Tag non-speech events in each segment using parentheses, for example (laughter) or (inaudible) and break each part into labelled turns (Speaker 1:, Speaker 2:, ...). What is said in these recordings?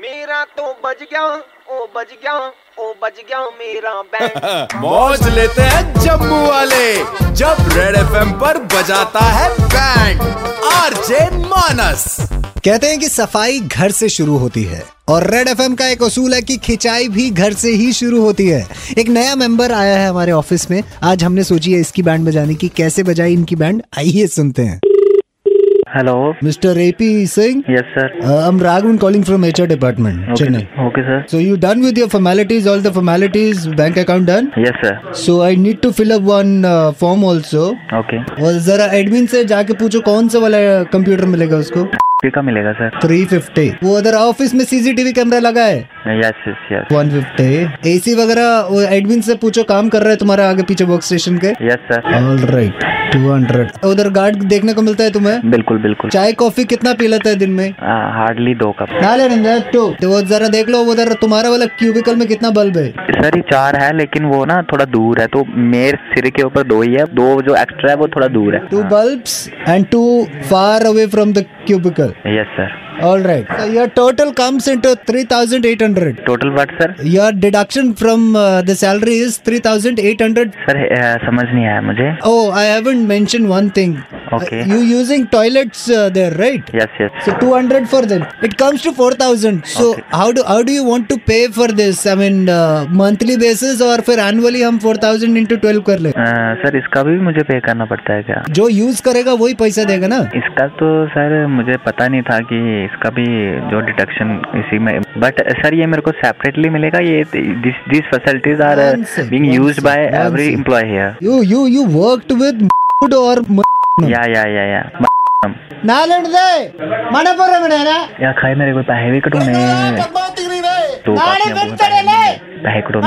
Speaker 1: मेरा तो बज गया ओ बज गया ओ बज गया मेरा बैंड
Speaker 2: मौज लेते हैं जम्मू वाले जब रेड एफएम पर बजाता है बैंड आरजे मानस
Speaker 3: कहते हैं कि सफाई घर से शुरू होती है और रेड एफ का एक उसूल है कि खिंचाई भी घर से ही शुरू होती है एक नया मेंबर आया है हमारे ऑफिस में आज हमने सोची है इसकी बैंड बजाने की कैसे बजाई इनकी बैंड आइए सुनते हैं
Speaker 4: hello
Speaker 3: mister AP Singh
Speaker 4: yes sir
Speaker 3: I am Raghavan calling from HR department Chennai
Speaker 4: okay sir
Speaker 3: So you done with your formalities, all the formalities, bank account done?
Speaker 4: Yes sir
Speaker 3: So I need to fill up one uh, form also.
Speaker 4: Okay
Speaker 3: और जरा admin से जाके पूछो कौन सा वाला computer मिलेगा उसको
Speaker 4: पे का मिलेगा सर
Speaker 3: 350 वो उधर ऑफिस में सीसीटीवी कैमरा लगा है
Speaker 4: यस यस यस
Speaker 3: 150 एसी वगैरह वो एडमिन से पूछो काम कर रहा है तुम्हारा आगे पीछे वर्क स्टेशन के
Speaker 4: यस सर
Speaker 3: ऑल राइट 200 उधर गार्ड देखने को मिलता है तुम्हें
Speaker 4: बिल्कुल बिल्कुल
Speaker 3: चाय कॉफी कितना पी लेता है दिन में
Speaker 4: हार्डली दो कप
Speaker 3: ना लेने तो वो जरा देख लो उधर तुम्हारा वाला क्यूबिकल में कितना बल्ब है
Speaker 4: सर ये चार है लेकिन वो ना थोड़ा दूर है तो मेरे सिर के ऊपर दो ही है दो जो एक्स्ट्रा है वो थोड़ा दूर है
Speaker 3: two bulbs and two far away from the cubicle
Speaker 4: yes sir
Speaker 3: all right so your total comes into 3800
Speaker 4: total watt sir
Speaker 3: your deduction from uh, the salary is 3800
Speaker 4: sir अ, समझ नहीं आया मुझे
Speaker 3: oh i haven't mentioned one thing
Speaker 4: Okay.
Speaker 3: you using toilets uh, there right
Speaker 4: yes yes
Speaker 3: so 200 for them it comes to 4000 so how do how do you want to pay for this i mean uh, monthly basis or फिर annually हम 4000 into 12 कर ले
Speaker 4: sir इसका भी मुझे पे करना पड़ता है क्या
Speaker 3: जो यूज करेगा वही पैसा देगा ना
Speaker 4: इसका तो सर मुझे पता नहीं था कि इसका भी जो डिडक्शन इसी में बट सर ये मेरे को सेपरेटली मिलेगा ये this this facilities are
Speaker 3: One sec,
Speaker 4: being
Speaker 3: one
Speaker 4: used
Speaker 3: sec,
Speaker 4: by
Speaker 3: one
Speaker 4: every
Speaker 3: sec.
Speaker 4: Employee here
Speaker 3: you you you worked with or Hmm.
Speaker 4: या या या या
Speaker 3: ನಾಲೆಂಡ್ದೆ ಮನೆ ಬರೋಣ
Speaker 4: या खाए मेरे को पैसे भी कटो मैं तो
Speaker 5: नाड़े बंद करे ले।
Speaker 4: पैसे कटो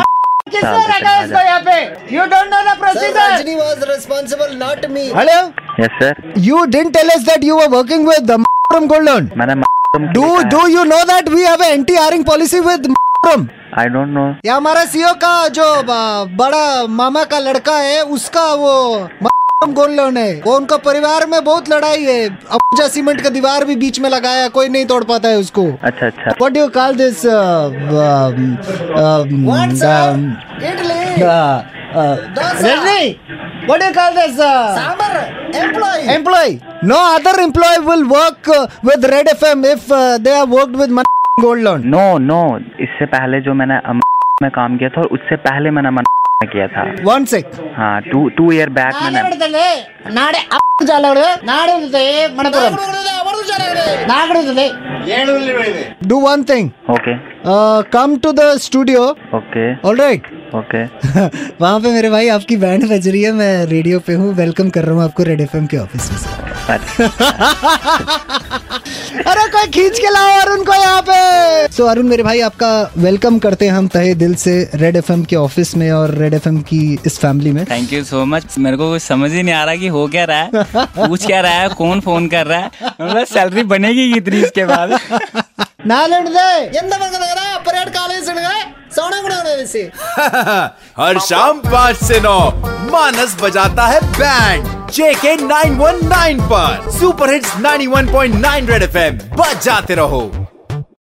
Speaker 5: किसने रखा है इसको यहाँ पे you don't know the procedure
Speaker 3: Rajini was responsible, not me. Hello?
Speaker 4: Yes sir
Speaker 3: You didn't tell us that you were working with the from Gold Loan.
Speaker 4: मैंने
Speaker 3: Do do you know that we have an anti-hiring policy with from?
Speaker 4: I don't know
Speaker 3: ये हमारा CO का जो ब- बड़ा मामा का लड़का है उसका वो मकरम गोल्ड लोन है वो उनका परिवार में बहुत लड़ाई है अबूजा सीमेंट का दीवार भी बीच में लगाया कोई नहीं तोड़ पाता है उसको
Speaker 4: अच्छा अच्छा
Speaker 3: What do you call this? Uh, um, um, What's um, Italy? Uh, uh, Rajni, what do you call this? Uh, employee. Employee. No other employee will work uh, with Red FM if uh, they have worked with Man Gold Loan.
Speaker 4: No no इससे पहले जो मैंने अम- में काम किया था और उससे पहले मैंने मन में किया था
Speaker 3: One sec.
Speaker 4: हाँ टू टू ईयर बैक
Speaker 5: नाड़े
Speaker 4: मैंने
Speaker 5: बड़दले नाड़े अप जालवड़े नाड़े बड़दले मणपुरम नागड़े बड़दले
Speaker 3: Do one thing.
Speaker 4: Okay
Speaker 3: Uh, come to the studio.
Speaker 4: Okay
Speaker 3: All right.
Speaker 4: Okay
Speaker 3: वहाँ पे मेरे भाई आपकी बैंड बज रही है मैं रेडियो पे हूँ वेलकम कर रहा हूँ आपको रेड एफ के ऑफिस में से। अरे कोई खींच के लाओ अरुण को यहाँ पे सो अरुण मेरे भाई आपका वेलकम करते हैं हम तहे दिल से रेड एफ के ऑफिस में और रेड एफ की इस फैमिली में
Speaker 6: थैंक यू सो मच मेरे को कुछ समझ ही नहीं आ रहा कि हो क्या रहा है पूछ क्या रहा है कौन फोन कर रहा है मतलब सैलरी बनेगी कितनी इसके बाद
Speaker 3: नालंड दे
Speaker 2: (laughs) हर शाम पाँच से नौ मानस बजाता है बैंड जेके 919 पर सुपर हिट्स 91.9 रेड एफएम बजाते रहो